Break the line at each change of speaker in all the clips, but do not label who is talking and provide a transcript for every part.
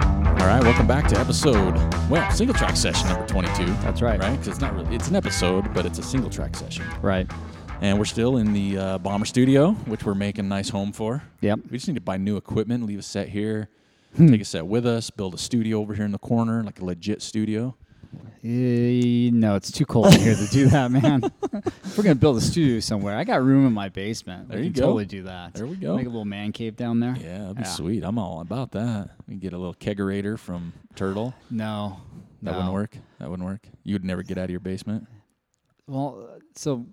and welcome back to episode, well, single track session number 22.
That's right.
Right? 'Cause it's not really, it's an episode, but it's a single track session.
Right.
And we're still in the uh, Bomber Studio, which we're making nice home for.
Yep. Hmm.
We just need to buy new equipment, leave a set here, take a set with us, build a studio over here in the corner, like a legit studio.
Eh, no, it's too cold in here to do that, man. If we're gonna build a studio somewhere. I got room in my basement.
There
we
you
can
go.
Totally do that.
There we go.
Make a little man cave down there.
Yeah, that'd be sweet. I'm all about that. We can get a little kegerator from Turtle.
No.
That
no.
wouldn't work. That wouldn't work. You would never get out of your basement.
Well, uh, so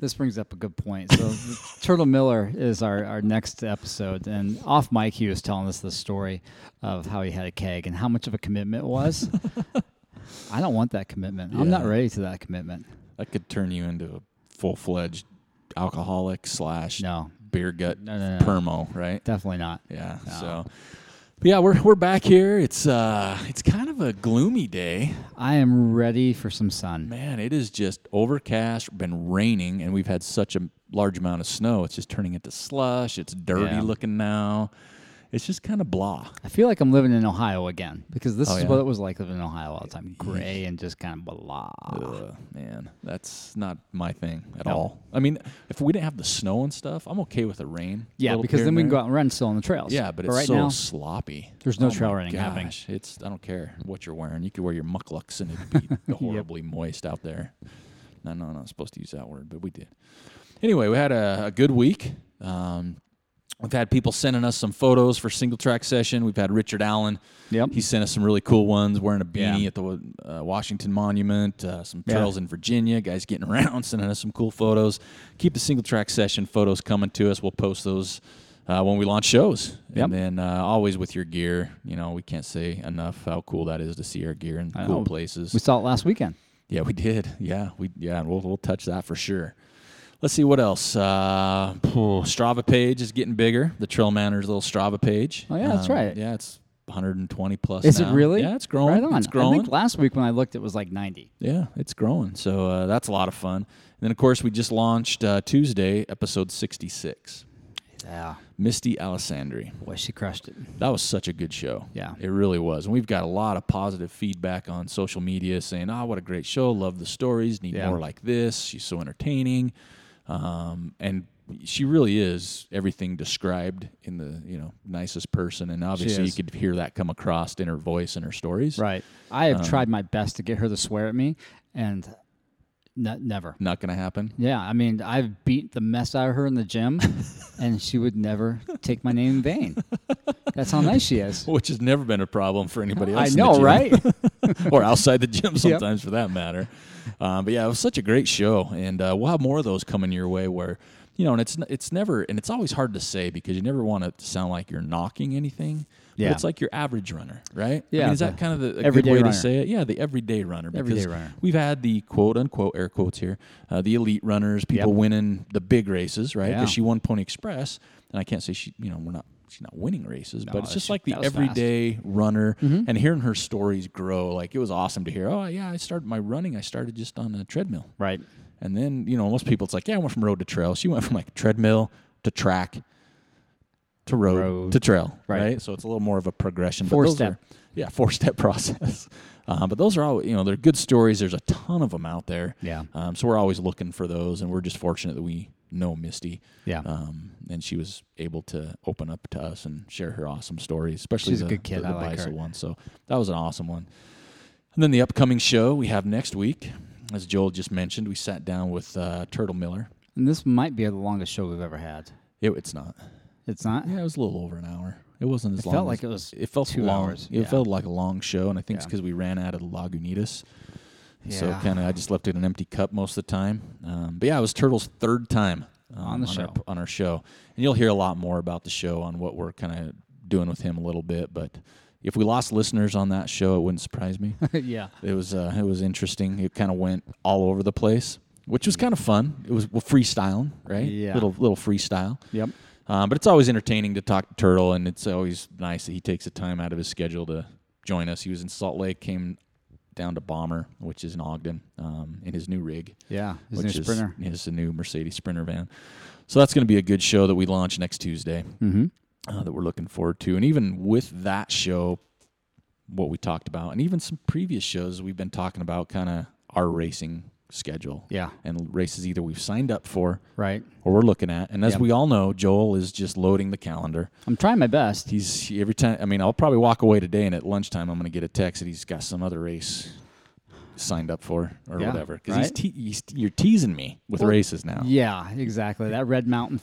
this brings up a good point. So Turtle Miller is our, our next episode, and off mic he was telling us the story of how he had a keg and how much of a commitment it was. I don't want that commitment. I'm not
Yeah.
ready to that commitment.
That could turn you into a full fledged alcoholic slash
No,
beer gut
No, no, no.
permo, right?
definitely not.
Yeah.
No.
So, but yeah, we're we're back here. It's uh, it's kind of a gloomy day,
I am ready for some sun.
man. It is just overcast, been raining, and we've had such a large amount of snow. It's just turning into slush. It's dirty
Yeah.
looking now. It's just kind of blah.
I feel like I'm living in Ohio again because this
Oh,
is
yeah?
what it was like living in Ohio all the time. Gray and just kind of blah.
Ugh, man, that's not my thing at
Ah. No.
all. I mean, if we didn't have the snow and stuff, I'm okay with the rain. a
Yeah,
little
because
here
then
and
we can go
there.
out and run still on the trails.
Yeah, but it's
right
so
now,
sloppy. Oh
there's no
my
trail running happening.
gosh, It's I don't care what you're wearing. You could wear your mucklucks and it'd be horribly moist out there. No, no, I'm not supposed to use that word, but we did. Anyway, we had a, a good week. Um, we've had people sending us some photos for single track session. We've had Richard Allen.
Yep.
He sent us some really cool ones wearing a
Yeah.
beanie at the uh, Washington Monument, uh, some
Yeah.
trails in Virginia, guys getting around, sending us some cool photos. Keep the single track session photos coming to us. We'll post those uh, when we launch shows.
Yep.
And then uh, always with your gear. You know, we can't say enough how cool that is to see our gear in
I
cool
know.
places.
we saw it last weekend.
Yeah, we did. Yeah, we yeah, and we'll we'll touch that for sure. Let's see what else. Uh, phew, Strava page is getting bigger. The Trail Manners little Strava page. Um,
Oh, yeah, that's right.
Yeah, it's 120 plus.
Is
now.
it really?
Yeah, it's growing.
Right on.
It's growing.
I think last week when I looked, it was like 90.
yeah, it's growing. So uh, that's a lot of fun. And then of course we just launched uh, Tuesday episode 66.
Yeah.
Misty Alessandri.
Boy, she crushed it.
That was such a good show.
Yeah.
It really was. And we've got a lot of positive feedback on social media saying, oh, what a great show. Love the stories. Need
Yeah.
more like this. She's so entertaining. Um, and she really is everything described in the, you know, nicest person. And obviously you
is.
could hear that come across in her voice and her stories.
Right. I
Um,
have tried my best to get her to swear at me, and ne- never.
Not going to happen.
Yeah, I mean, I've beat the mess out of her in the gym, and she would never take my name in vain. That's how nice she is.
Which has never been a problem for anybody else.
I
in the
know,
gym.
right?
or outside the gym
Yep.
sometimes for that matter. Um, but yeah, it was such a great show, and uh, we'll have more of those coming your way. Where you know, and it's n- it's never and it's always hard to say because you never want it to sound like you're knocking anything.
Yeah.
But it's like your average runner, right? I
Yeah,
mean, is that
the
kind of the a good
everyday
way
runner.
to say it? Yeah, the everyday runner.
Everyday
because
runner.
We've had the quote unquote air quotes here, uh, the elite runners, people
Yep.
winning the big races, right?
Yeah.
Because she won Pony Express, and I can't say she, you know, we're not. She's not winning races, but it's
that
just
Oh, she-
like the
that was fast. Mm-hmm.
everyday a runner and hearing her stories grow like it was awesome to hear oh yeah i started my running i started just on a treadmill
Right.
and then you know most people it's like yeah i went from road to trail she went from like treadmill to track to road,
Road.
to trail right.
Right.
so it's a little more of a progression but
Four
those
step.
are- yeah four step process um, but those are all you know they're good stories there's a ton of them out there
Yeah.
um, so we're always looking for those and we're just fortunate that we know misty
Yeah.
um, and she was able to open up to us and share her awesome stories, especially
She's a
the,
good kid.
the, the
I like
Bicycle
her.
one. So that was an awesome one. And then the upcoming show we have next week, as Joel just mentioned, we sat down with uh, Turtle Miller.
And this might be the longest show we've ever had.
It, it's not.
It's not.
Yeah, it was a little over an hour. It wasn't as
It
long.
felt
as-
like it was
It felt
two
long.
hours.
It
Yeah.
felt like a long show, and I think it's
Yeah.
because we ran out of Lagunitas. So
Yeah.
kind of, I just left it an empty cup most of the time. Um, but yeah, it was Turtle's third time um,
On the
our-
show.
on our show, and you'll hear a lot more about the show on what we're kind of doing with him a little bit. But if we lost listeners on that show, it wouldn't surprise me.
yeah.
it was uh, it was interesting. It kind of went all over the place, which was kind of fun. It was well, freestyling, right?
Yeah.
Little little freestyle.
Yep.
Um, but it's always entertaining to talk to Turtle, and it's always nice that he takes the time out of his schedule to join us. He was in Salt Lake, came down to Bomber, which is in Ogden, um, in his new rig,
Yeah. His new
which
sprinter.
is his new Mercedes Sprinter van. So that's going to be a good show that we launch next Tuesday
Mm-hmm.
uh, that we're looking forward to. And even with that show, what we talked about, and even some previous shows we've been talking about kind of our racing schedule
Yeah.
and races either we've signed up for
Right.
or we're looking at. And as
Yep.
we all know, Joel is just loading the calendar.
I'm trying my best.
He's he- every time. I mean, I'll probably walk away today, and at lunchtime, I'm going to get a text that he's got some other race signed up for or
Yeah,
whatever. Because he's,
right.
te- he's you're teasing me with
Well,
races now.
Yeah, exactly. That Red Mountain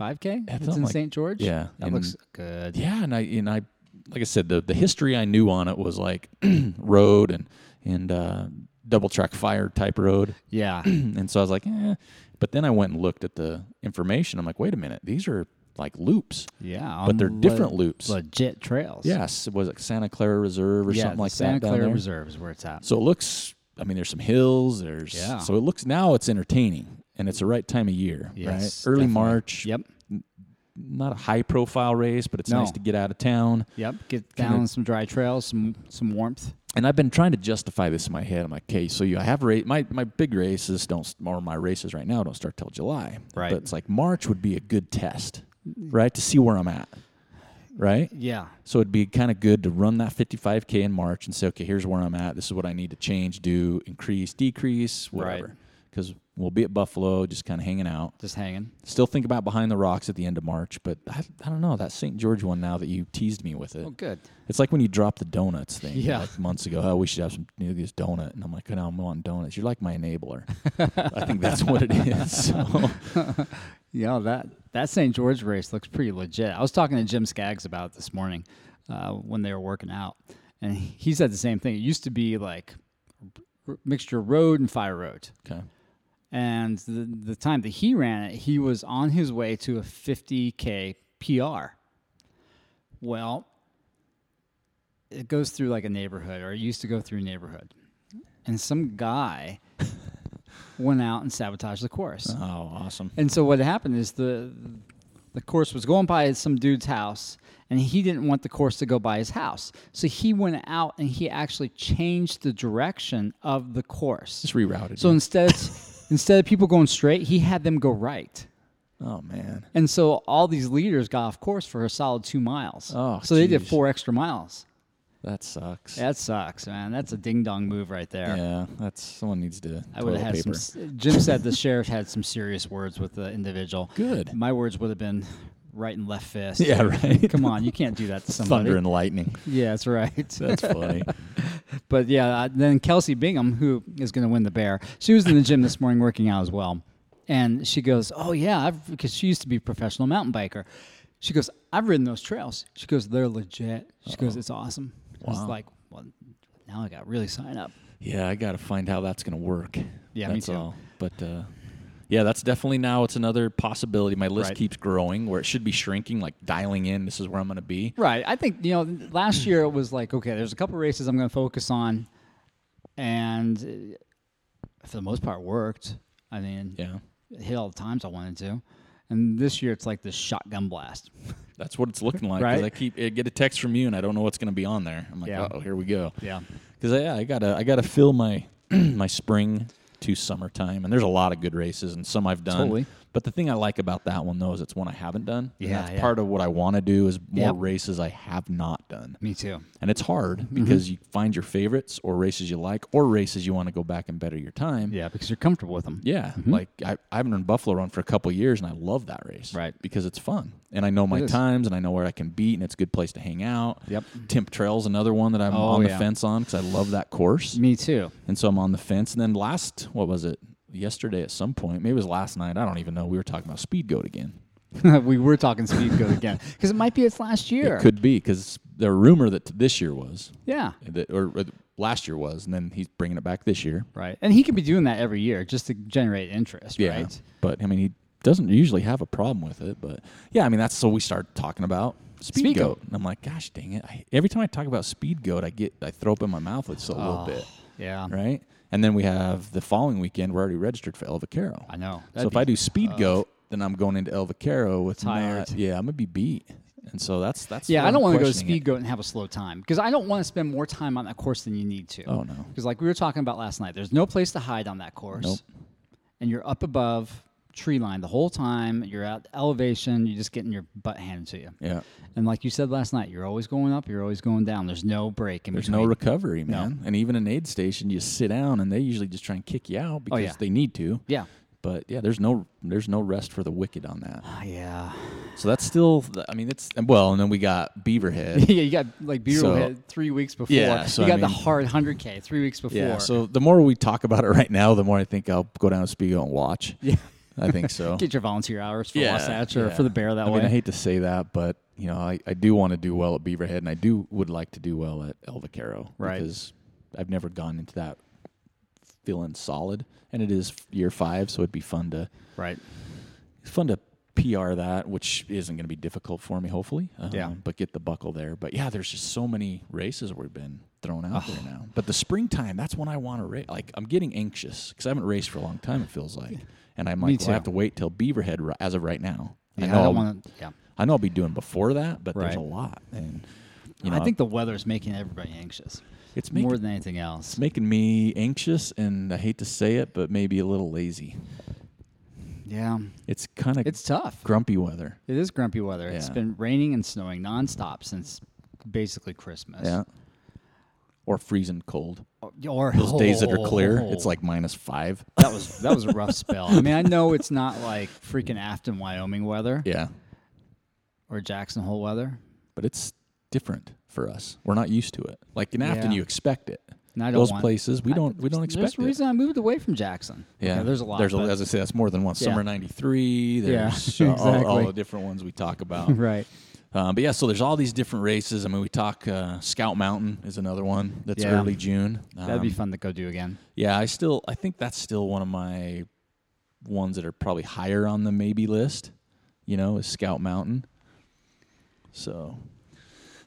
55K
That's
that's in
not like-
St. George.
yeah,
That
and-
looks good.
Yeah, and I and I like I said the the history I knew on it was like road and and uh, double track fire type road,
Yeah.
and so I was like, eh. but then I went and looked at the information. I'm like, wait a minute, these are like loops,
Yeah.
but
on
they're
le-
different loops.
Legit trails.
Yes, it was like Santa Clara Reserve or
yeah,
something
the
like
Santa
that down
Clara
there.
Reserve is where it's at.
So it looks. I mean, there's some hills. There's
Yeah.
so it looks now it's entertaining, and it's the right time of year.
Yes,
right? early
definitely.
March.
Yep.
Not a high profile race, but it's
No.
nice to get out of town.
Yep. Get
Kinda-
down on some dry trails, some some warmth.
and I've been trying to justify this in my head. I'm like, okay, so you, I have ra- my my big races don't or my races right now don't start till July.
Right.
But it's like March would be a good test, right, to see where I'm at. Right.
Yeah.
So it'd be kind of good to run that 55k in March and say, okay, here's where I'm at. This is what I need to change, do, increase, decrease,
Right.
whatever. Because we'll be at Buffalo, just kind of hanging out.
Just hanging.
Still think about behind the rocks at the end of March, but I, I don't know that St. George one. Now that you teased me with it,
Oh, good.
it's like when you drop the donuts thing
Yeah.
like months ago. Oh, we should have some you know, this donut, and I'm like, no, I'm on donuts. You're like my enabler. I think that's what it is. So,
Yeah, that that St. George race looks pretty legit. I was talking to Jim Skaggs about it this morning uh, when they were working out, and he said the same thing. It used to be like r- mixture of road and fire road.
okay.
And the, the time that he ran it, he was on his way to a 50K PR. Well, it goes through like a neighborhood, or it used to go through a neighborhood. And some guy went out and sabotaged the course.
Oh, awesome.
And so what happened is the the course was going by some dude's house, and he didn't want the course to go by his house. So he went out and he actually changed the direction of the course.
Just rerouted.
So
you.
instead instead of people going straight, he had them go right.
oh man.
And so all these leaders got off course for a solid two miles.
Oh,
so they did
geez.
four extra miles.
That sucks.
That sucks, man. That's a ding dong move right there.
Yeah, that's someone needs to.
I would have had
toilet paper.
some. Jim said the sheriff had some serious words with the individual.
Good.
My words would have been right and left fist.
Yeah, right.
Come on, you can't do that to somebody.
Thunder and lightning.
Yeah, that's right.
That's funny.
But yeah, uh, then Kelsey Bingham, who is going to win the bear, she was in the gym this morning working out as well, and she goes, "Oh yeah, I've, because she used to be a professional mountain biker." She goes, "I've ridden those trails." She goes, "They're legit." She goes, "It's awesome." I was
Wow.
like, "Well, now I got to really sign up."
Yeah, I got to find how that's going to work.
Yeah, me
that's
too.
all. But uh, yeah, that's definitely now it's another possibility. My list
Right.
keeps growing where it should be shrinking, like dialing in. This is where I'm going to be.
Right. I think you know last year it was like okay, there's a couple races I'm going to focus on, and uh, for the most part worked. I mean,
Yeah.
it hit all the times I wanted to, and this year it's like this shotgun blast.
That's what it's looking like. 'cause
Right?
I keep I get a text from you, and I don't know what's going to be on there. I'm like,
Yeah.
oh, here we go.
Yeah.
Because yeah, I gotta I gotta fill my my spring to summertime, and there's a lot of good races, and some I've done.
Totally.
But the thing I like about that one though is it's one I haven't done. and
Yeah,
that's
yeah.
part of what I want to do is more
Yep. Mm-hmm.
races I have not done,
Me too.
and it's hard because you find your favorites or races you like or races you want to go back and better your time.
Yeah, Mm-hmm. because you're comfortable with them.
Yeah, like I, I haven't run Buffalo Run for a couple years, and I love that race.
Right.
because it's fun, and I know my
is.
times, and I know where I can beat, and it's a good place to hang out.
Yep.
Temp Trail's another one that I'm
Oh,
on the
yeah.
fence on because I love that course,
Me too.
and so I'm on the fence. And then last, what was it? Yesterday at some point, maybe it was last night. I don't even know. We were talking about Speed Goat again.
we were talking speed code again because it might be it's last year.
It could be because the rumor that this year was
Yeah.
that or, or last year was, and then he's bringing it back this year.
Right. And he could be doing that every year just to generate interest.
Yeah.
Right.
But I mean, he doesn't usually have a problem with it. But yeah, I mean, that's so we started talking about Speed,
Speed
Goat.
Goat.
And I'm like, gosh dang it. I, every time I talk about Speed Goat, I get, I throw up in my mouth just a little bit,
Yeah.
right? And then we have the following weekend, we're already registered for El Vaquero.
I know.
So
That'd
if I
be
do Speed Goat, then I'm going into El Vaquero with
Tired.
not- yeah, I'm gonna be beat. And so that's that's
Yeah,
where
I don't
I'm
want to go to
questioning
speed goat and have a slow time because I don't want to spend more time on that course than you need to.
it. Oh no.
Because like we were talking about last night, there's no place to hide on that course,
Nope.
and you're up above tree line the whole time. You're at elevation. You're just getting your butt handed to you.
Yeah.
And like you said last night, you're always going up. You're always going down. There's no break in
There's
between.
no recovery,
No.
man. And even an aid station, you sit down and they usually just try and kick you out because
Oh, yeah.
they need to.
yeah.
But yeah, there's no there's no rest for the wicked on that.
Ah, yeah.
So that's still, I mean, it's well, and then we got Beaverhead.
yeah. You got like Bureau
So-
hit three weeks before.
Yeah, so
you
I
got the
mean-
hard 100K three weeks before.
Yeah. So the more we talk about it right now, the more I think I'll go down to Spiegel and watch.
Yeah.
I think so.
Get your volunteer hours for Wasatch or
yeah.
for the bear that
I
way.
mean, I hate to say that, but you know, I, I do want to do well at Beaverhead, and I do would like to do well at El Vaquero,
Right.
Because I've never gone into that feeling solid, and it is year five, so it'd be fun to
right.
it's fun to PR that, which isn't going to be difficult for me, hopefully. Um,
Yeah.
But get the buckle there. But yeah, there's just so many races we've been thrown out there now. But the springtime, that's when I want to race. Like I'm getting anxious because I haven't raced for a long time. It feels like, and I'm
Me
like, well, I have
too.
to wait till Beaverhead ri- as of right now.
Yeah,
I
I,
know I'll-
don't want to. Yeah.
I know I'll be doing before that, but there's a
Right.
lot, and you know,
I think the weather is making everybody anxious
it's
more
making,
than anything else.
it's making me anxious, and I hate to say it, but maybe a little lazy.
Yeah.
It's kind of
It's tough.
grumpy weather.
It is grumpy weather. It's
Yeah.
been raining and snowing nonstop since basically Christmas.
Yeah. Or freezing cold.
Or- Or
Those days that are clear, it's like minus five.
that was that was a rough spell. I mean, I know it's not like freaking Afton, Wyoming weather
Yeah.
or Jackson Hole weather.
But it's different for us. We're not used to it. Like in Afton,
Yeah.
you expect it.
And I don't
Those
want-
places, we
I-
don't we don't expect
There's a
it.
reason I moved away from Jackson.
Yeah,
Okay, there's a lot.
There's
but-
as I say, that's more than one.
Yeah.
Summer '93.
Yeah,
There's uh, all, all
exactly.
the different ones we talk about.
right.
Um, but yeah, so there's all these different races. I mean, we talk uh, Scout Mountain is another one that's
Yeah.
early June.
That'd be
Um,
fun to go do again.
Yeah, I still I think that's still one of my ones that are probably higher on the maybe list, you know, is Scout Mountain. So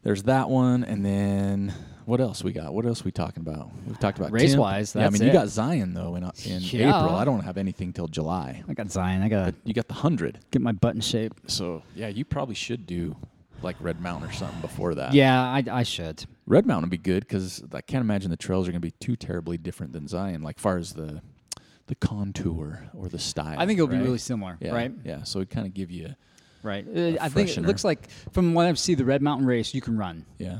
there's that one and then what else we got? What else we talking about? We've talked about Tim.
Race-wise,
Yeah, I mean
that's
you
it.
got Zion though in uh, in
Yeah.
April. I don't have anything till July.
I got Zion. I gotta
You got the hundred.
get my butt in shape.
So yeah, you probably should do like Red Mountain or something before that.
Yeah, I, I should.
Red Mountain would be good because I can't imagine the trails are going to be too terribly different than Zion, like far as the the contour or the style.
I think it'll
right?
be really similar,
yeah,
right?
Yeah, so it kind of give you
Right. Uh, I think it
freshener.
looks like from what I've seen, the Red Mountain Race, you can run.
yeah,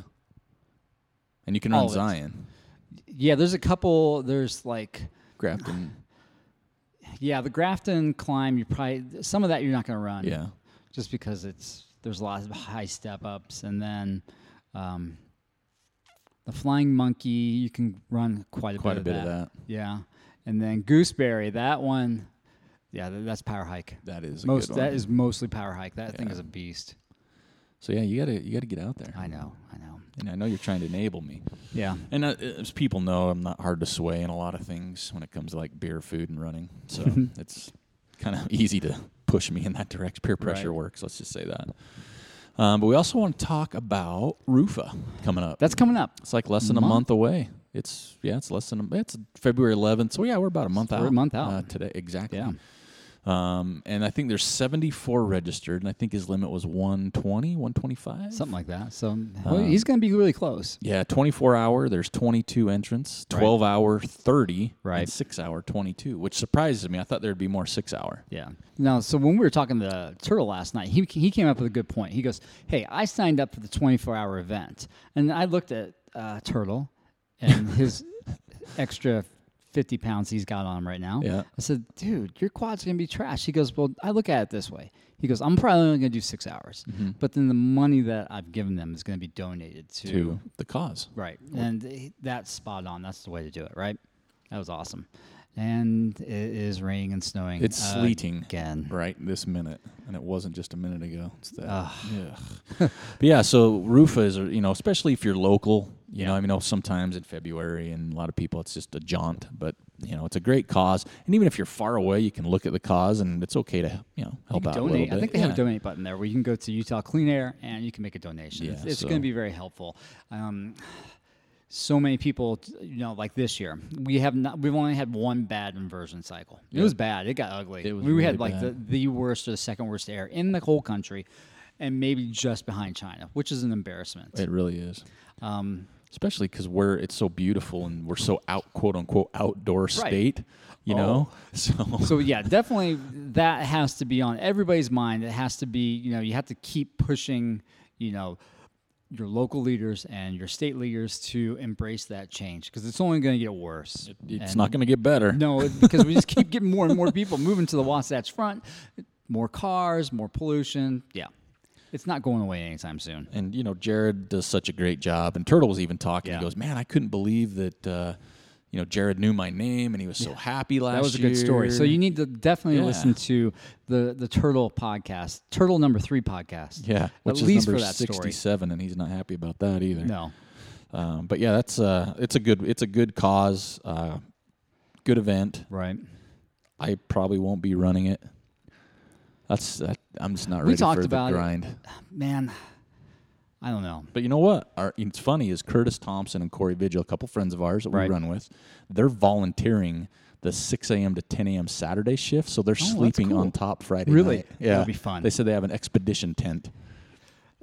and you can
All
run
of it.
Zion,
Yeah, there's a couple. There's like,
Grafton,
yeah, the Grafton climb. You probably some of that you're not going to run.
yeah,
Just because it's there's lots of high step ups, and then um, the Flying Monkey, you can run quite a
quite
bit
a bit
of, that.
of that.
Yeah, and then Gooseberry, that one, yeah, th- that's power hike.
That is a
Most
good
that
one.
is mostly power hike. That thing
Yeah.
is a beast.
so yeah, you gotta you gotta get out there.
I know. I know.
and I know you're trying to enable me,
Yeah.
and uh, as people know, I'm not hard to sway in a lot of things when it comes to like beer, food, and running. So
Mhm.
it's kind of easy to push me in that direction. Peer pressure
Right.
works. Let's just say that. Um, but we also want to talk about Rufa coming up.
That's coming up.
it's like less than a
month.
month away. It's yeah, it's less than a, it's February 11th. So yeah, we're about a month
We're
out.
a month out.
uh, today, exactly.
Yeah.
Um, and I think there's 74 registered, and I think his limit was 120, 125,
Something like that. So
Uh,
well, he's going to be really close.
Yeah, 24 hour, there's 22 entrants, 12 hour, 30,
Right.
and 6 hour, 22, which surprises me. I thought there'd be more 6 hour.
Yeah. Now, so when we were talking to Turtle last night, he, he came up with a good point. He goes, Hey, I signed up for the 24 hour event. And I looked at uh, Turtle and his extra 50 pounds he's got on him right now.
Yeah.
I said, Dude, your quad's going to be trash. He goes, Well, I look at it this way. He goes, I'm probably only going to do six hours.
Mm-hmm.
But then the money that I've given them is going to be donated to.
To the cause.
Right. And he- that's spot on. That's the way to do it, right? That was awesome. And it is raining and snowing. uh,
It's sleeting.
Again.
Right this minute, and it wasn't just a minute ago. It's that. Ugh. but yeah, so Rufa is, you know, especially if you're local, you know, I mean, I know sometimes in February and a lot of people, it's just a jaunt, but, you know, it's a great cause. And even if you're far away, you can look at the cause and it's okay to, you know, help
You
out
can
a little
donate.
bit.
I think they have
Yeah.
a donate button there where you can go to Utah Clean Air and you can make a donation. it's
Yeah,
going
so-
to be very helpful. Um, so many people, t- you know, like this year, we have not. We've only had one bad inversion cycle. It was bad. It got ugly.
It was
we had
really
like the, the worst or the second worst air in the whole country, and maybe just behind China, which is an embarrassment.
It really is.
Um,
especially because we're it's so beautiful and we're so out quote unquote outdoor state, you know.
Oh.
So
So yeah, definitely that has to be on everybody's mind. It has to be, you know, you have to keep pushing, you know, your local leaders and your state leaders to embrace that change because it's only going to get worse.
it's
And-
not going to get better.
No, it- because we just keep getting more and more people moving to the Wasatch Front, more cars, more pollution. Yeah, it's not going away anytime soon.
and you know Jared does such a great job. And Turtle was even talking.
Yeah.
He goes, "Man, I couldn't believe that." Uh, you know, Jared knew my name, and he was so happy last year.
That was a good story. So you need to definitely
Yeah.
listen to the the Turtle podcast, Turtle number three podcast.
yeah, which
at
is
least
number
for that story.
sixty-seven, and he's not happy about that either.
No,
Um, but yeah, that's uh, it's a good it's a good cause, uh, good event.
right.
I probably won't be running it. That's that, I'm just not
We
ready
talked
for
about it.
the grind.
Man, I don't know.
But you know what? Our, it's funny is Curtis Thompson and Corey Vigil, a couple friends of ours that
Right.
we run with, they're volunteering the 6 a.m. to 10 a.m. Saturday shift, so they're
Oh, that's
sleeping
cool.
on top Friday
Really?
night.
That'll be fun.
They said they have an expedition tent.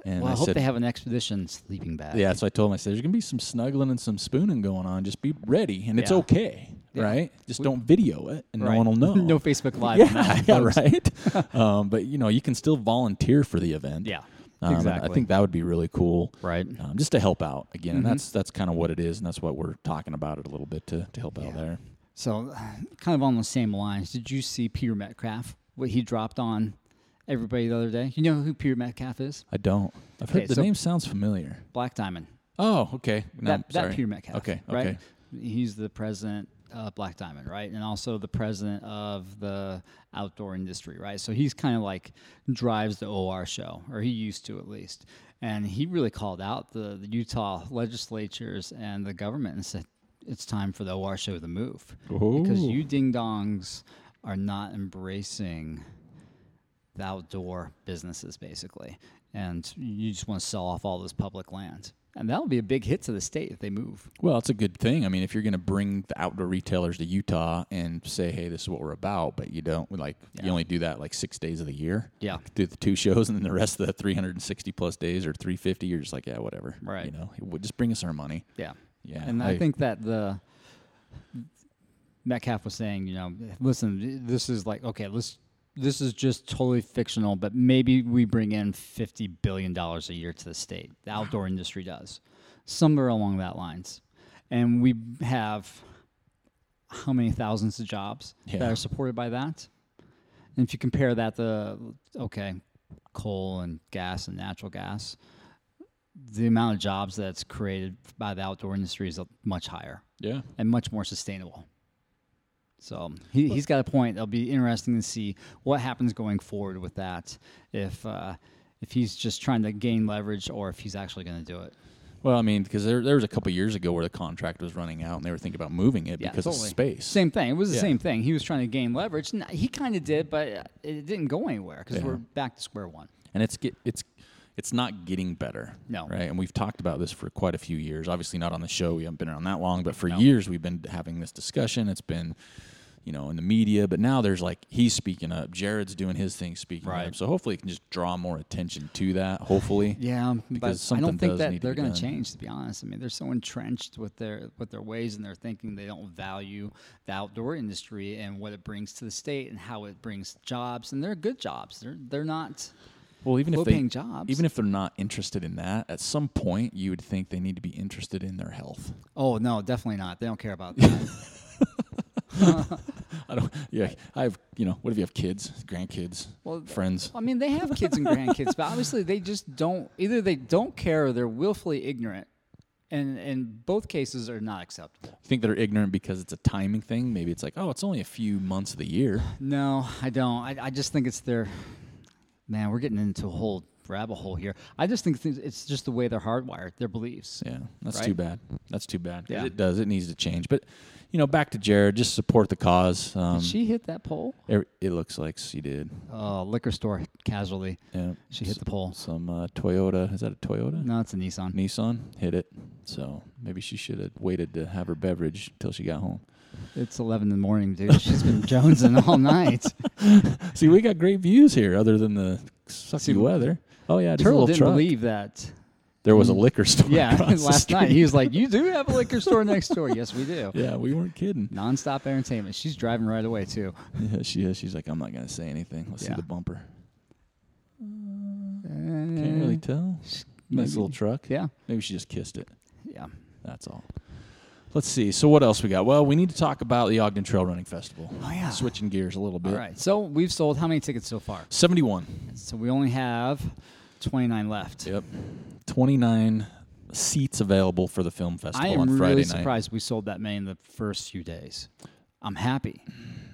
And
Well, I,
I,
hope
said,
they have an expedition sleeping bag.
yeah, so I told them, I said, there's going to be some snuggling and some spooning going on. Just be ready, and it's
Yeah.
okay, right? Just don't video it, and no one will know.
no Facebook Live. on that
yeah,
one,
yeah,
folks.
right? um, but, you know, you can still volunteer for the event.
Yeah,
Um, and
exactly.
I think that would be really cool
right. Mm-hmm.
um, just to help out again. And that's that's kind of what it is, and that's what we're talking about it a little bit to, to help out there.
So, kind of on the same lines, did you see Peter Metcalf? What he dropped on everybody the other day? You know who Peter Metcalf is?
I don't. I've
Okay,
heard the
so-
name sounds familiar.
Black Diamond.
Oh, okay. No,
that,
sorry.
that Peter Metcalf.
Okay,
right?
okay.
He's the president of Black Diamond, right? And also the president of the outdoor industry, right? So he's kind of like drives the OR show, or he used to at least. And he really called out the, the Utah legislatures and the government and said, it's time for the OR show to move. Because
Ooh.
you ding dongs are not embracing the outdoor businesses basically and you just want to sell off all this public land and that would be a big hit to the state if they move
Well, it's a good thing. I mean, if you're going to bring the outdoor retailers to Utah and say, "Hey, this is what we're about," but you don't like you only do that like six days of the year.
Yeah.
do the two shows, and then the rest of the 360 plus days or 350, you're just like, "Yeah, whatever."
Right.
You know, w- just bring us our money.
yeah
Yeah.
and i, think that the metcalf was saying you know listen this is like okay let's this is just totally fictional but maybe we bring in 50 billion dollars a year to the state the outdoor industry does somewhere along that lines and we have how many thousands of jobs
Yeah.
that are supported by that And if you compare that to okay, coal and gas and natural gas, the amount of jobs that's created by the outdoor industry is much higher
Yeah.
and much more sustainable. So he, he's got a point. It'll be interesting to see what happens going forward with that. If uh, if he's just trying to gain leverage or if he's actually going to do it.
Well, I mean, because there, there was a couple years ago where the contract was running out, and they were thinking about moving it
Yeah,
because
totally.
of space.
Same thing. It was the
Yeah.
same thing. He was trying to gain leverage. And he kind of did, but uh, it didn't go anywhere because
Yeah.
we're back to square one.
and it's get, it's it's not getting better.
No.
right? And we've talked about this for quite a few years. Obviously, not on the show. We haven't been around that long, but for years we've been having this discussion. It's been you know in the media, but now there's like he's speaking up, Jared's doing his thing, speaking
Right.
up. So hopefully, it can just draw more attention to that. Hopefully,
Yeah,
Because
but I
something
don't think
does need
that
to
they're
be
going
done.
to change. To be honest, I mean, they're so entrenched with their with their ways and their thinking. They don't value the outdoor industry and what it brings to the state and how it brings jobs. And they're good jobs. They're they're not.
Well, even if they
Low-paying jobs.
even if they're not interested in that, at some point you would think they need to be interested in their health.
Oh no, definitely not. They don't care about that.
I don't. Yeah, I have. You know, what if you have kids, grandkids,
Well, th-
friends?
I mean, they have kids and grandkids, but obviously they just don't. Either they don't care or they're willfully ignorant, and and both cases are not acceptable.
You think they're ignorant because it's a timing thing? Maybe it's like, oh, it's only a few months of the year.
No, I don't. I, I just think it's their. Man, we're getting into a whole rabbit hole here. I just think things- it's just the way they're hardwired, their beliefs.
Yeah, that's
Right.
too bad. That's too bad. 'Cause
Yeah.
It does. It needs to change. But you know, back to Jared. Just support the cause. Um,
Did she hit that pole?
it, it looks like she did.
Uh, liquor store casualty.
Yeah.
She hit the pole.
Some uh, Toyota. Is that a Toyota?
No, it's a Nissan.
Nissan hit it. So maybe she should have waited to have her beverage till she got home.
It's 11 in the morning, dude. She's been jonesing all night.
See, we got great views here, other than the sucky
See,
weather. Oh yeah, just a
Turtle
little
didn't
truck.
believe that
there was a liquor store.
Yeah,
across the
last night he
street.
was like, "You do have a liquor store next door." yes, we do.
Yeah, we weren't kidding.
Nonstop entertainment. She's driving right away too.
Yeah, she is. She's like, I'm not gonna say anything. Let's see
Yeah.
the bumper. Can't
Can't
really tell. Nice little truck.
Uh, Yeah,
Maybe she just kissed it.
yeah.
That's all. Let's see. So what else we got? Well, we need to talk about the Ogden Trail Running Festival.
Oh, yeah.
Switching gears a little bit.
All right. So we've sold how many tickets so far?
Seventy-one.
So we only have 29 left.
Yep. Twenty-nine seats available for the film festival
I am
on
really
Friday night.
surprised we sold that many in the first few days. I'm happy.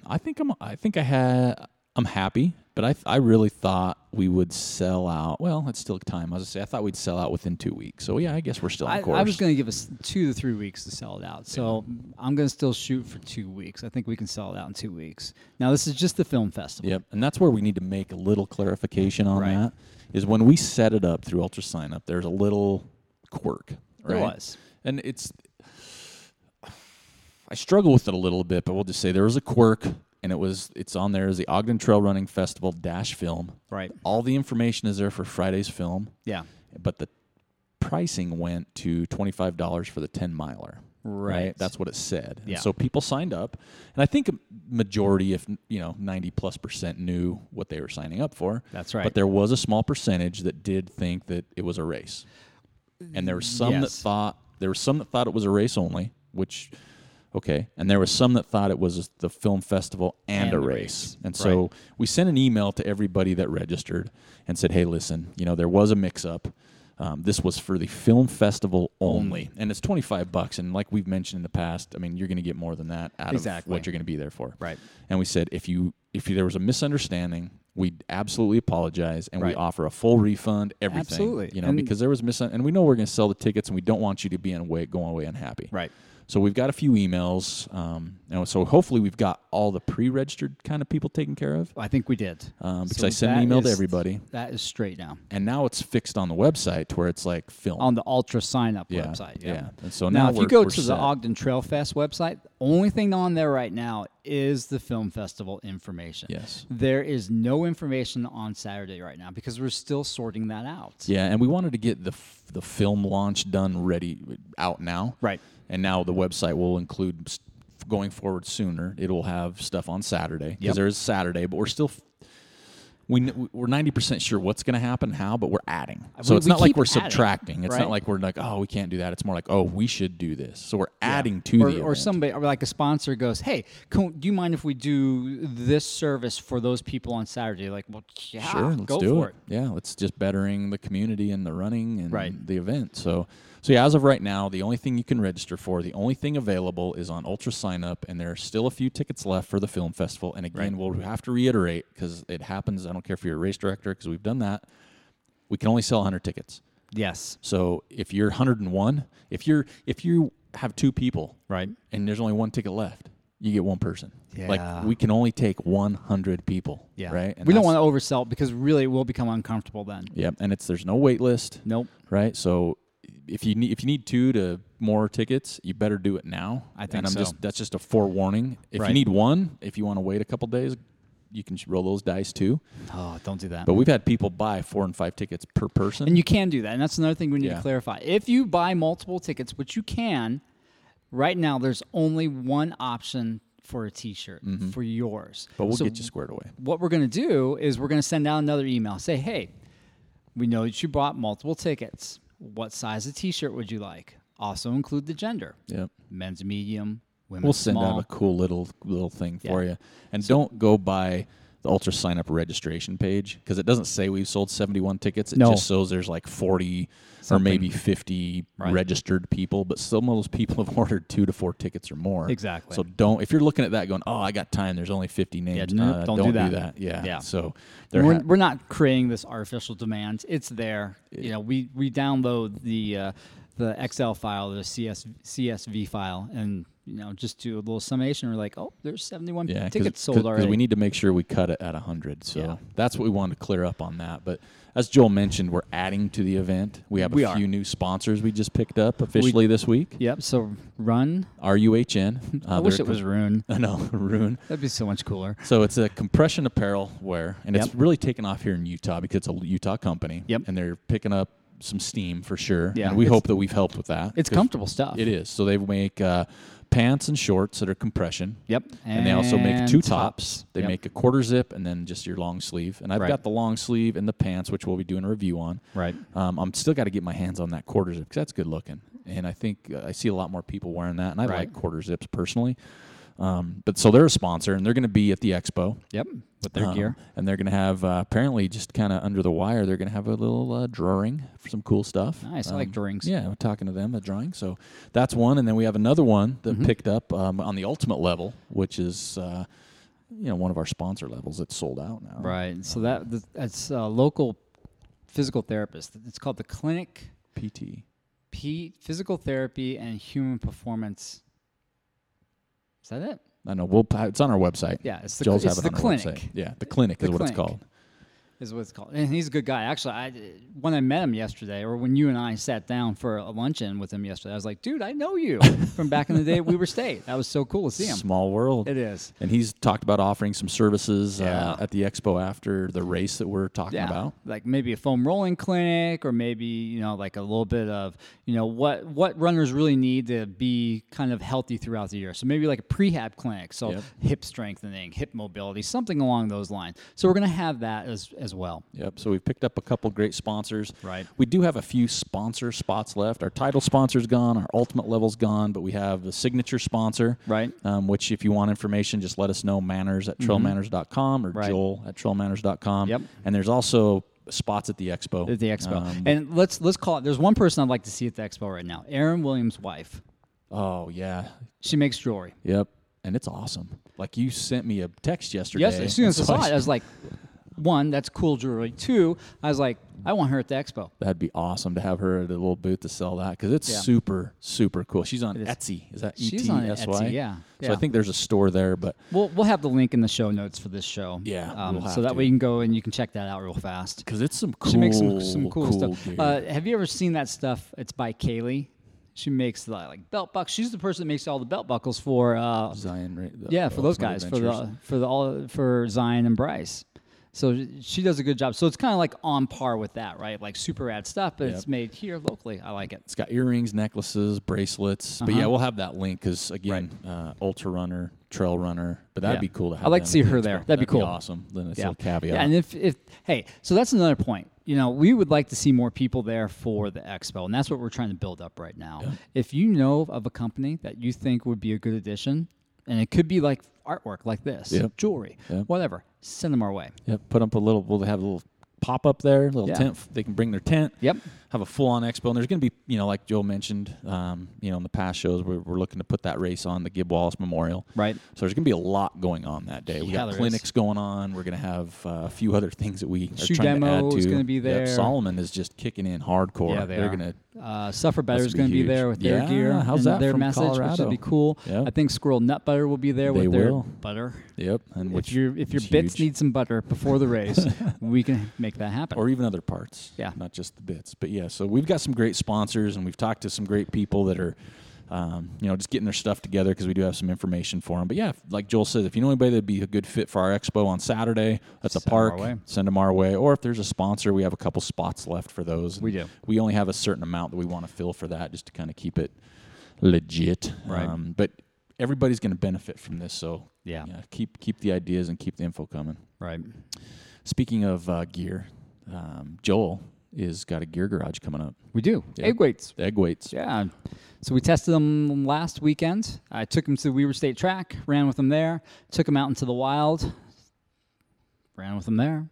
I think I'm. I think I had. I'm happy, but I I really thought we would sell out. Well, it's still time. I was gonna say I thought we'd sell out within two weeks. So yeah, I guess we're still on
I,
course.
I was going to give us two to three weeks to sell it out. So I'm going to still shoot for two weeks. I think we can sell it out in two weeks. Now, this is just the film festival.
Yep, and that's where we need to make a little clarification on
Right.
that. Is when we set it up through Ultra Sign Up, there's a little quirk. Right?
There was.
and it's. I struggle with it a little bit, but we'll just say there was a quirk, and it was it's on there as the Ogden Trail Running Festival dash film.
Right.
All the information is there for Friday's film,
Yeah.
but the pricing went to twenty five dollars for the ten miler.
Right.
That's what it said. And
Yeah.
so people signed up, and I think a majority, if you know, ninety plus percent knew what they were signing up for.
That's right.
But there was a small percentage that did think that it was a race, and there were some that
Yes.
thought there were some that thought it was a race only, which okay, and there were some that thought it was the film festival and,
And
a
the
race.
race.
And so we sent an email to everybody that registered and said, "Hey, listen, you know there was a mix-up. Um, this was for the film festival
Mm.
only, and it's 25 bucks. And like we've mentioned in the past, I mean, you're going to get more than that out
Exactly.
of what you're going to be there for.
Right.
And we said, if you if there was a misunderstanding, we absolutely apologize, and we
Right.
offer a full refund, everything.
Absolutely.
You know,
And-
because there was misun, and we know we're going to sell the tickets, and we don't want you to be on way going away unhappy.
Right.
So we've got a few emails, um, and so hopefully we've got all the pre-registered kind of people taken care of.
I think we did.
Um, because
So
I sent an
that
email to
is-
everybody,
That is straight now
and now it's fixed on the website to where it's like film
on the Ultra sign up
yeah,
website.
Yeah. And so now,
Now, if
we're-
you go
we're
to the
set.
Ogden Trail Fest website, the only thing on there right now is the film festival information.
Yes.
There is no information on Saturday right now because we're still sorting that out.
Yeah, and we wanted to get the f- the film launch done, ready, out now.
Right.
And now the website will include s- going forward sooner. It'll have stuff on Saturday because
Yep.
there is Saturday, but we're still. f- We, kn- we're 90% sure what's going to happen, how, but we're adding. So
We-
it's
we
not like
keep
we're
adding,
subtracting. It's not
right?
like we're like, oh, we can't do that. It's more like, oh, we should do this. So we're adding to
Or,
the
or
event.
somebody, or like a sponsor goes, hey, can, do you mind if we do this service for those people on Saturday? Like, well, yeah,
sure, let's
go
do
for
it. Yeah, it's just bettering the community and the running and
Right.
the event. So, so yeah, as of right now, the only thing you can register for, the only thing available is on Ultra Sign Up, and there are still a few tickets left for the film festival. And again, we'll have to reiterate because it happens. I don't care if you're a race director because we've done that. We can only sell 100 tickets.
Yes.
So if you're 101, if you're if you have two people,
Right.
and there's only one ticket left, you get one person.
Yeah.
Like we can only take 100 people.
Yeah.
Right. And
we don't
that's-
want to oversell it because really it will become uncomfortable then.
Yep, and it's there's no wait list,
Nope.
right? So if you need if you need two to more tickets, you better do it now.
I think
and I'm
so.
just that's just a forewarning. If you
Right.
need one, if you want to wait a couple days, you can roll those dice too.
Oh, don't do that.
But we've had people buy four and five tickets per person.
And you can do that. And that's another thing we need
Yeah.
to clarify. If you buy multiple tickets, which you can, right now there's only one option for a t-shirt for yours.
Mm-hmm. but we'll
So
get you squared away.
what we're going to do is we're going to send out another email. Say, "Hey, we know that you bought multiple tickets. What size of t-shirt would you like? Also include the gender.
Yep.
Men's medium, women's
We'll send
small.
out a cool little little thing for
Yeah.
you. And don't go by the ultra sign up registration page because it doesn't say we've sold 71 tickets. It
No.
just shows there's like 40 or
Something.
maybe 50
Right.
registered people, but some of those people have ordered two to four tickets or more.
Exactly.
So don't, if you're looking at that going, oh, I got time, there's only 50 names.
nope,
uh,
don't do that.
Yeah.
Yeah.
So there
We're,
ha-
we're not creating this artificial demand. It's there. You know, we, we download the uh, the Excel file, the CS, CSV file, and you know, just do a little summation. We're like, oh, there's 71
Yeah, 'cause-
tickets sold
cause, 'cause
already.
we need to make sure we cut it at 100. So
Yeah.
that's what we wanted to clear up on that. But as Joel mentioned, we're adding to the event. We have a
We
few
are.
new sponsors we just picked up officially this week.
yep. So run.
RUHN. Uh,
I wish
they're
it was Rune.
a- no, Rune.
That'd be so much cooler.
So it's a compression apparel wear, and it's
Yep.
really taken off here in Utah because it's a Utah company.
Yep.
And they're picking up some steam for sure.
Yeah,
and we
it's-
hope that we've helped with that.
It's
'cause
comfortable stuff.
It is. So they make uh, pants and shorts that are compression.
Yep.
And, they also make two
And
tops. They
Yep.
make a quarter zip and then just your long sleeve. And I've
Right.
got the long sleeve and the pants, which we'll be doing a review on.
right.
Um, I'm still got to get my hands on that quarter zip because that's good looking, and I think uh, I see a lot more people wearing that, and I
Right.
like quarter zips personally. Um, but so they're a sponsor, and they're going to be at the expo
Yep. With their
um,
gear.
and they're going to have uh, apparently just kind of under the wire. They're going to have a little uh, drawing for some cool stuff. Um,
Nice. I like drawings.
Yeah, we're talking to them a drawing. So that's one, and then we have another one that
Mm-hmm.
picked up um, on the ultimate level, which is uh, you know one of our sponsor levels that's sold out now.
Right. So that th- that's a local physical therapist. It's called the Clinic
PT.
P Physical Therapy and Human Performance. Is that it?
I know. We'll. It's on our website.
Yeah, it's the
Joel's
it's
have it
the
on
clinic.
our website. Yeah, the clinic
The
is what it's
clinic.
called.
is what it's called. And he's a good guy. Actually, I when I met him yesterday, or when you and I sat down for a luncheon with him yesterday, I was like, dude, I know you from back in the day at Weaver State. That was so cool to see him.
Small world.
It is.
And he's talked about offering some services
Yeah.
uh, at the expo after the race that we're talking
Yeah.
about.
Like maybe a foam rolling clinic or maybe, you know, like a little bit of, you know, what what runners really need to be kind of healthy throughout the year. So maybe like a prehab clinic. So
Yep.
hip strengthening, hip mobility, something along those lines. So we're gonna have that as as well.
Yep. So we've picked up a couple great sponsors.
Right.
We do have a few sponsor spots left. Our title sponsor's gone. Our ultimate level's gone. But we have the signature sponsor.
Right. Mm-hmm.
Um, which, if you want information, just let us know. Manners at trailmanners.com or
Right.
Joel at trailmanners.com.
Yep.
And there's also spots at the expo.
at the expo.
Um,
and let's let's call it. There's one person I'd like to see at the expo right now. Aaron Williams' wife.
oh yeah.
She makes jewelry.
Yep. And it's awesome. Like you sent me a text yesterday.
Yes, as soon as I
and so
saw it, I was like, one, that's cool jewelry. Two, I was like, I want her at the expo.
That'd be awesome to have her at a little booth to sell that because it's
Yeah.
super, super cool. She's on
is.
Etsy. Is that E
She's
T
on
S Y?
Etsy, yeah.
So I
Yeah.
think there's a store there, but
We'll we'll have the link in the show notes for this show.
Yeah,
um,
we'll
so
have
that
to.
way you can go and you can check that out real fast.
because it's some cool,
she makes some some cool,
gear.
stuff. Uh, have you ever seen that stuff? It's by Kaylee. She makes the, like belt buckles. She's the person that makes all the belt buckles for uh,
Zion, right? the
Yeah, for those
Ultimate
guys, for
Adventures.
the for the all for Zion and Bryce. So she does a good job. So it's kind of like on par with that, right? Like super ad stuff, but it's
Yep.
made here locally. I like it.
It's got earrings, necklaces, bracelets. But yeah,
Uh-huh.
we'll have that link because again, uh, ultra runner, trail runner. But that'd
Yeah.
be cool to have.
I'd like
them
to see
at the
her
expo.
there. That'd be cool.
awesome. Then it's a little caveat.
Yeah, and if if hey, so that's another point. You know, we would like to see more people there for the expo, and that's what we're trying to build up right now. If you know of a company that you think would be a good addition, and it could be like artwork like this,
Yep.
jewelry,
Yep.
whatever, send them our way.
Yeah, put up a little. We'll have a little pop up there, little
Yeah.
tent. They can bring their tent.
Yep.
Have a full on expo, and there's going to be, you know, like Joel mentioned, um, you know, in the past shows, we're, we're looking to put that race on the Gib Wallace Memorial.
Right.
So there's going to be a lot going on that day. we
Yeah,
got
there
clinics going on. We're going to have uh, a few other things that we are
Shoe
trying
demo
to add to.
is gonna be there.
Solomon is just kicking in hardcore.
Yeah, they
are
are.
going to
Uh, Suffer Better
Must
is
be
going to be
huge.
there with their
Yeah,
gear
how's
and
that
their
from
message, which
Colorado?
would be cool.
Yeah.
I think Squirrel Nut Butter will be there
They
with their
will.
butter.
Yep, and
If
which
your if your
is
bits
huge.
need some butter before the race, we can make that happen.
or even other parts.
Yeah.
not just the bits, but yeah. So we've got some great sponsors, and we've talked to some great people that are, um, you know, just getting their stuff together because we do have some information for them. But yeah, like Joel says, if you know anybody that'd be a good fit for our expo on Saturday at the
Send 'em our
park,
way.
send them our way. Or if there's a sponsor, we have a couple spots left for those.
We do.
We only have a certain amount that we want to fill for that, just to kind of keep it legit. Um,
Right.
but everybody's going to benefit from this, so
Yeah.
yeah, keep keep the ideas and keep the info coming.
right.
Speaking of uh, gear, um, Joel is got a gear garage coming up.
We do.
Yeah.
Egg weights.
The egg weights.
Yeah. So we tested them last weekend. I took them to Weaver State Track, ran with them there, took them out into the wild, ran with them there,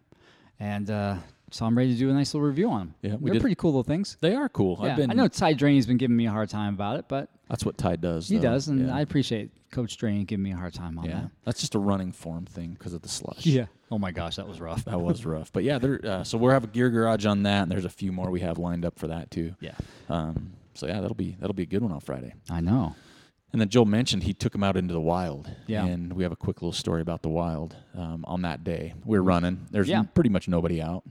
and uh, so I'm ready to do a nice little review on them.
Yeah, we
They're
did-
pretty cool little things.
They are cool.
Yeah,
I've been.
I know Ty Drainey's been giving me a hard time about it, but
That's what Ty does.
he
though.
does, and
yeah.
I appreciate Coach Drainey giving me a hard time on
Yeah,
that.
that's just a running form thing because of the slush.
Oh my gosh, that was rough.
That was rough, but yeah, there. Uh, so we'll have a gear garage on that, and there's a few more we have lined up for that too.
Yeah.
Um, so yeah, that'll be that'll be a good one on Friday.
I know.
And then Joel mentioned he took him out into the wild.
Yeah.
And we have a quick little story about the wild. Um, on that day, we were running. There's
Yeah.
pretty much nobody out.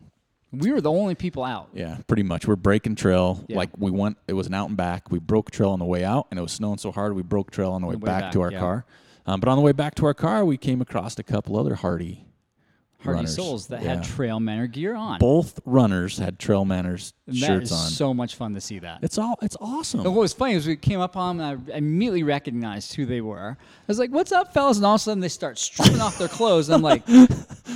We were the only people out.
Yeah, pretty much. We're breaking trail.
Yeah.
Like we went, it was an out and back. We broke trail on the way out, and it was snowing so hard we broke trail on the way,
way
back,
back,
to our
yeah.
car. Um, but on the way back to our car, we came across a couple other hardy
Hardy
runners.
Souls that
Yeah.
had trail manner gear on.
Both runners had Trail Manners
and that
shirts
is
on.
so much fun to see that.
it's all it's awesome.
And what was funny was we came up on them and I immediately recognized who they were. I was like, "What's up, fellas?" And all of a sudden they start stripping off their clothes. And I'm like, "I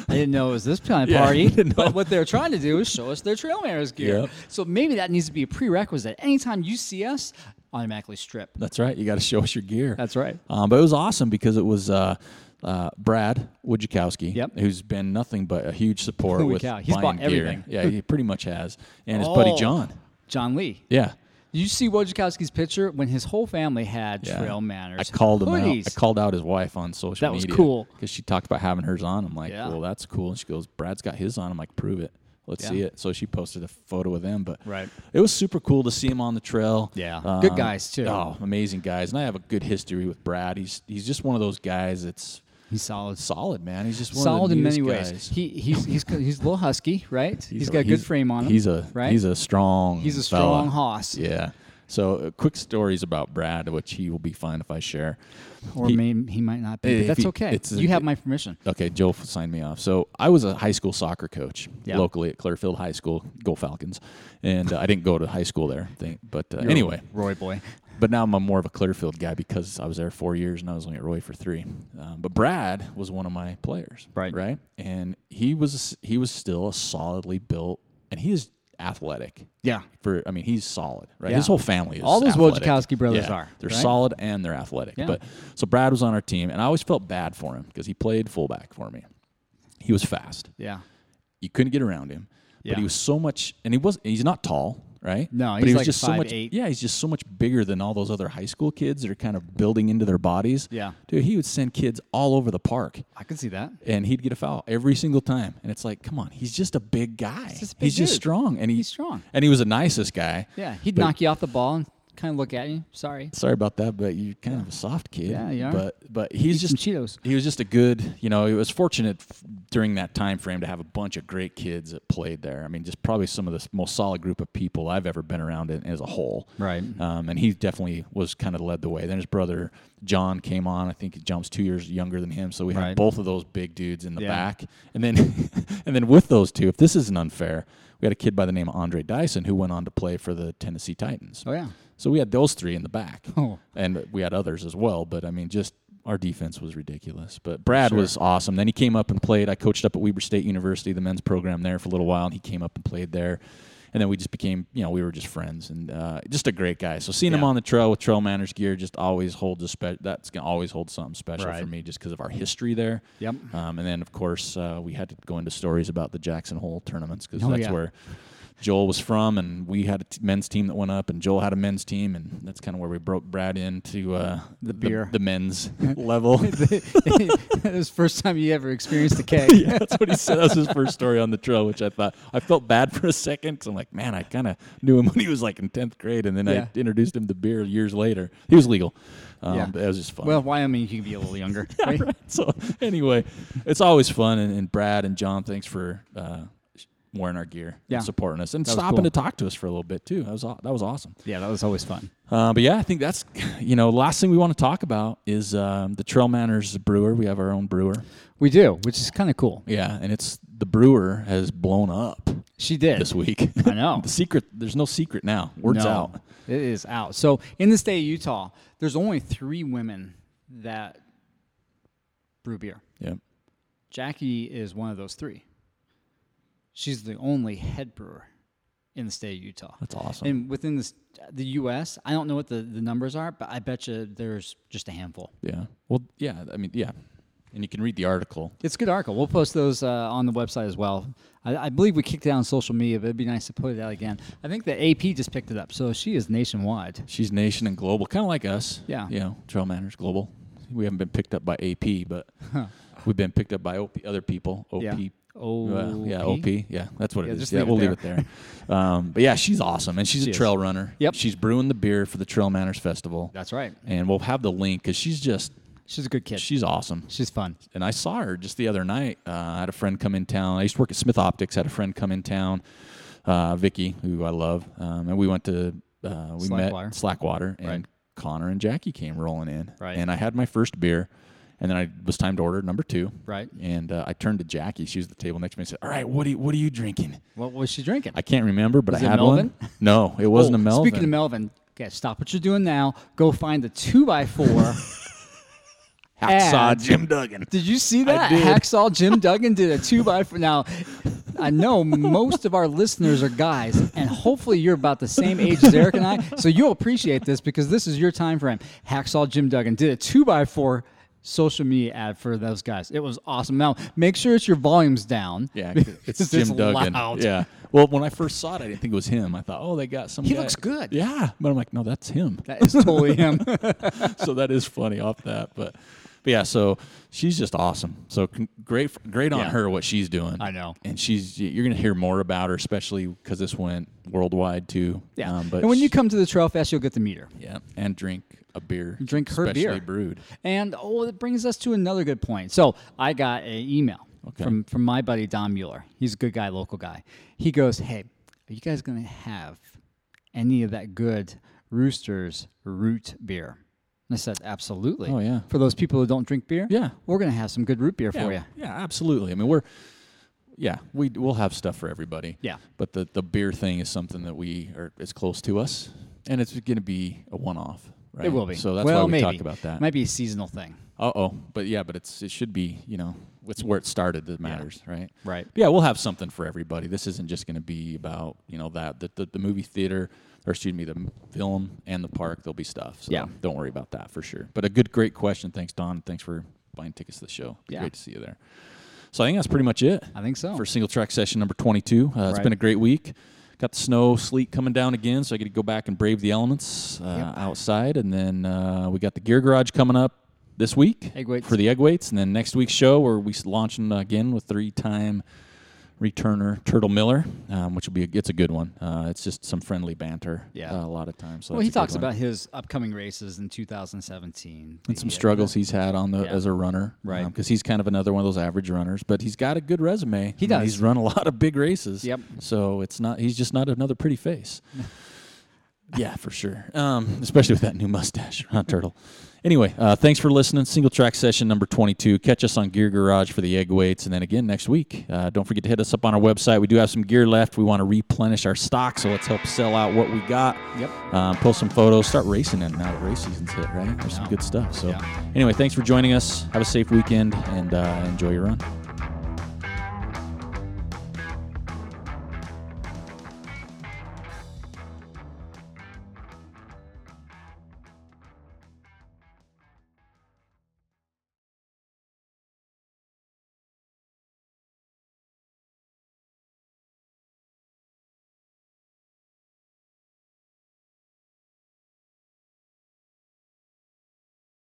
didn't know it was this kind of
Yeah,
party."
you didn't know.
But what they're trying to do is show us their trail manners gear.
Yep.
So maybe that needs to be a prerequisite. Anytime you see us, automatically strip.
That's right. You got to show us your gear.
That's right.
Um, but it was awesome because it was uh, uh, Brad Wojciechowski,
Yep.
who's been nothing but a huge support
Holy
with
cow, he's
buying
bought
gear.
everything.
Yeah, he pretty much has, and his buddy
Oh.
John.
John Lee.
Yeah,
Did you see Wojciechowski's picture when his whole family had
yeah.
trail manners?
I called him
hoodies.
out. I called out his wife on social.
That was
media
cool.
because she talked about having hers on. I'm like,
Yeah.
well, that's cool. And she goes, Brad's got his on. I'm like, prove it. Let's
Yeah.
see it. So she posted a photo of them, but
Right.
it was super cool to see him on the trail. Uh,
Yeah. Good guys, too.
Oh, amazing guys! And I have a good history with Brad. He's he's just one of those guys that's
He's solid.
solid, man. He's just one of
Solid
the
in many
neatest guys.
ways. He he's he's he's a little husky, right? he's got a good frame on him.
He's a
right.
he's a strong
He's a
fella.
strong hoss.
Yeah. So uh, quick stories about Brad, which he will be fine if I share.
or
He-
may, he might not be.
If
But that's
he-
okay.
it's a-
you have my permission.
Okay, Joe f- signed me off. So I was a high school soccer coach
Yeah.
locally at Clearfield High School. Go Falcons! And uh, I didn't go to high school there, thank- but uh, anyway.
Roy boy.
But now I'm a more of a Clearfield guy because I was there four years and I was only at Roy for three. Um, but Brad was one of my players,
Right.
Right, and he was he was still a solidly built, and he is athletic.
Yeah.
For I mean, he's solid, right?
Yeah.
His whole family is.
All those
athletic.
Wojciechowski brothers
Yeah,
are,
They're
right?
solid and they're athletic.
Yeah.
But so Brad was on our team, and I always felt bad for him because he played fullback for me. He was fast.
Yeah.
You couldn't get around him,
Yeah.
but he was so much, and he was he's not tall. Right?
No,
but
he's
he was
like
just so much.
5'8".
Yeah, he's just so much bigger than all those other high school kids that are kind of building into their bodies.
Yeah.
dude, he would send kids all over the park
I can see that.
and he'd get a foul every single time. And it's like, come on, he's just a big guy. He's
just
just,
a big dude.
strong, and he,
He's strong.
and he was the nicest guy.
Yeah. He'd
But-
knock you off the ball and kind of look at you. Sorry.
Sorry about that, but you're kind of a soft kid.
Yeah, you are.
But but he's
Eat some
just
Cheetos.
He was just a good, you know. It was fortunate f- during that time frame to have a bunch of great kids that played there. I mean, just probably some of the s- most solid group of people I've ever been around in, as a whole.
Right.
Um, and he definitely was kind of led the way. Then his brother John came on. I think John's two years younger than him, so we had
Right.
both of those big dudes in the
Yeah.
back. And then and then with those two, if this isn't unfair, we had a kid by the name of Andre Dyson who went on to play for the Tennessee Titans.
Oh yeah.
So we had those three in the back,
Oh.
and we had others as well. But I mean, just our defense was ridiculous. But Brad
Sure.
was awesome. Then he came up and played. I coached up at Weber State University, the men's program there for a little while, and he came up and played there. And then we just became, you know, we were just friends, and uh, just a great guy. So seeing him
Yeah.
on the trail with trail manners gear just always holds a spe- that's gonna always hold something special
Right.
for me, just because of our history there.
Yep.
Um, and then of course uh, we had to go into stories about the Jackson Hole tournaments because
Oh,
that's
yeah.
where Joel was from, and we had a t- men's team that went up, and Joel had a men's team, and that's kind of where we broke Brad into uh,
The beer.
the, men's level.
it was the first time you ever experienced the keg.
yeah, that's what he said. That was his first story on the trail, which I thought I felt bad for a second. 'cause I'm like, man, I kind of knew him when he was like in tenth grade, and then
Yeah.
I introduced him to beer years later. He was legal. Um,
Yeah.
but that was just fun.
Well, Wyoming, you can be a little younger. right?
so anyway, it's always fun. And, and Brad and John, thanks for uh, wearing our gear,
Yeah.
and supporting us, and
That was
stopping
cool.
to talk to us for a little bit too. That was aw- that was awesome.
Yeah, that was always fun.
Uh, but yeah, I think that's you know last thing we want to talk about is um, the Trail Manners Brewer. We have our own brewer,
We do, which is kind of cool.
yeah, and it's the brewer has blown up
She did.
this week.
I know.
the secret, there's no secret now. Word's
No,
out.
It is out. So in the state of Utah, there's only three women that brew beer.
Yep.
Jackie is one of those three. She's the only head brewer in the state of Utah.
That's awesome.
And within this, the U.S., I don't know what the, the numbers are, but I bet you there's just a handful.
yeah. Well, yeah. I mean, yeah. And you can read the article.
It's a good article. We'll post those uh, on the website as well. I, I believe we kicked it on social media, but it'd be nice to put it out again. I think the AP just picked it up, so she is nationwide.
She's nation and global, kind of like us.
Yeah.
You know, Trail Manners Global. We haven't been picked up by AP, but we've been picked up by OP, other people. OP.
Yeah.
Well, yeah, OP.
OP?
Yeah, that's what
Yeah,
it is.
just
Yeah,
leave it
we'll leave it there. um, but yeah, she's awesome, and she's a
She is.
trail runner.
Yep.
She's brewing the beer for the Trail Manners Festival.
That's right.
and we'll have the link because she's just
She's a good kid.
she's awesome.
She's fun.
and I saw her just the other night. Uh, I had a friend come in town. I used to work at Smith Optics. Had a friend come in town, uh, Vicky, who I love, um, and we went to uh, we met
Slackwater.
Slackwater, and
Right.
Connor and Jackie came rolling in,
Right.
and I had my first beer. And then I it was time to order number two.
Right.
And uh, I turned to Jackie. She was at the table next to me and said, All right, what are you, what are you drinking?
What was she drinking?
I can't remember, but
Was
I
it
had
Melvin?
one. No, it wasn't
Oh,
a Melvin.
Speaking of Melvin, okay, stop what you're doing now. Go find the two by four.
Hacksaw
ad.
Jim Duggan.
Did you see that?
did.
Hacksaw Jim Duggan did a two by four. Now, I know most of our listeners are guys, and hopefully you're about the same age as Eric and I, so you'll appreciate this because this is your time frame. Hacksaw Jim Duggan did a two by four social media ad for those guys. It was awesome. Now, make sure it's your volume's down.
Yeah,
because
it's Jim Duggan.
loud.
Yeah. Well, when I first saw it, I didn't think it was him. I thought, oh, they got some.
He
guy-
looks good.
Yeah, but I'm like, no, that's him.
That is totally him.
Um, so that is funny off that, but, but yeah. So she's just awesome. So con- great, f- great on
Yeah.
her what she's doing.
I know.
And she's you're gonna hear more about her, especially because this went worldwide too.
Yeah.
Um, but
and when you
she-
come to the Trail Fest, you'll get to meet her.
yeah, and drink a beer,
Drink her
especially
beer.
brewed.
And oh, that brings us to another good point. So I got an email
Okay.
from from my buddy Don Mueller. He's a good guy, local guy. He goes, "Hey, are you guys gonna have any of that good Roosters root beer?" And I said, "Absolutely."
Oh, yeah.
For those people who don't drink beer,
Yeah.
we're gonna have some good root beer
Yeah,
for you.
yeah, absolutely. I mean, we're yeah, we we'll have stuff for everybody.
Yeah.
but the the beer thing is something that we are is close to us, and it's going to be a one off. Right?
It will be.
So that's
well,
why we
maybe.
talked about that.
Might be a seasonal thing.
Uh oh, but yeah, but it's it should be you know it's where it started that matters, right?
Right.
But yeah, we'll have something for everybody. This isn't just going to be about you know that the, the the movie theater or excuse me the m- film and the park. There'll be stuff. So
Yeah.
Don't worry about that for sure. But a good great question. Thanks, Don. Thanks for buying tickets to the show.
Yeah.
Great to see you there. So I think that's pretty much it.
I think so.
For single track session number 22. Uh, It's
Right.
been a great week. Got the snow, sleet coming down again, so I get to go back and brave the elements uh,
Yep.
outside. And then uh, we got the gear garage coming up this week
Egg weights.
for the egg weights. And then next week's show, where we s- launching again with three time returner Turtle Miller, um, which will be a, it's a good one. Uh, it's just some friendly banter
Yeah.
uh, a lot of times. So
well,
that's
he
a good
talks
one.
about his upcoming races in 2017
and some
the, uh,
struggles he's had on the
Yeah.
as a runner,
Right.
Because he's kind of another one of those average runners, but he's got a good resume.
He
I mean,
does.
He's run a lot of big races.
Yep.
So it's not he's just not another pretty face. yeah, for sure. Um, especially with that new mustache, huh, Turtle. Anyway, uh, thanks for listening. Single track session number 22. Catch us on Gear Garage for the egg weights, and then again next week. Uh, don't forget to hit us up on our website. We do have some gear left. We want to replenish our stock, so let's help sell out what we got.
Yep.
Um, post some photos. Start racing it now that race season's hit, right? There's some
Yeah.
good stuff. So,
Yeah.
anyway, thanks for joining us. Have a safe weekend and uh, enjoy your run.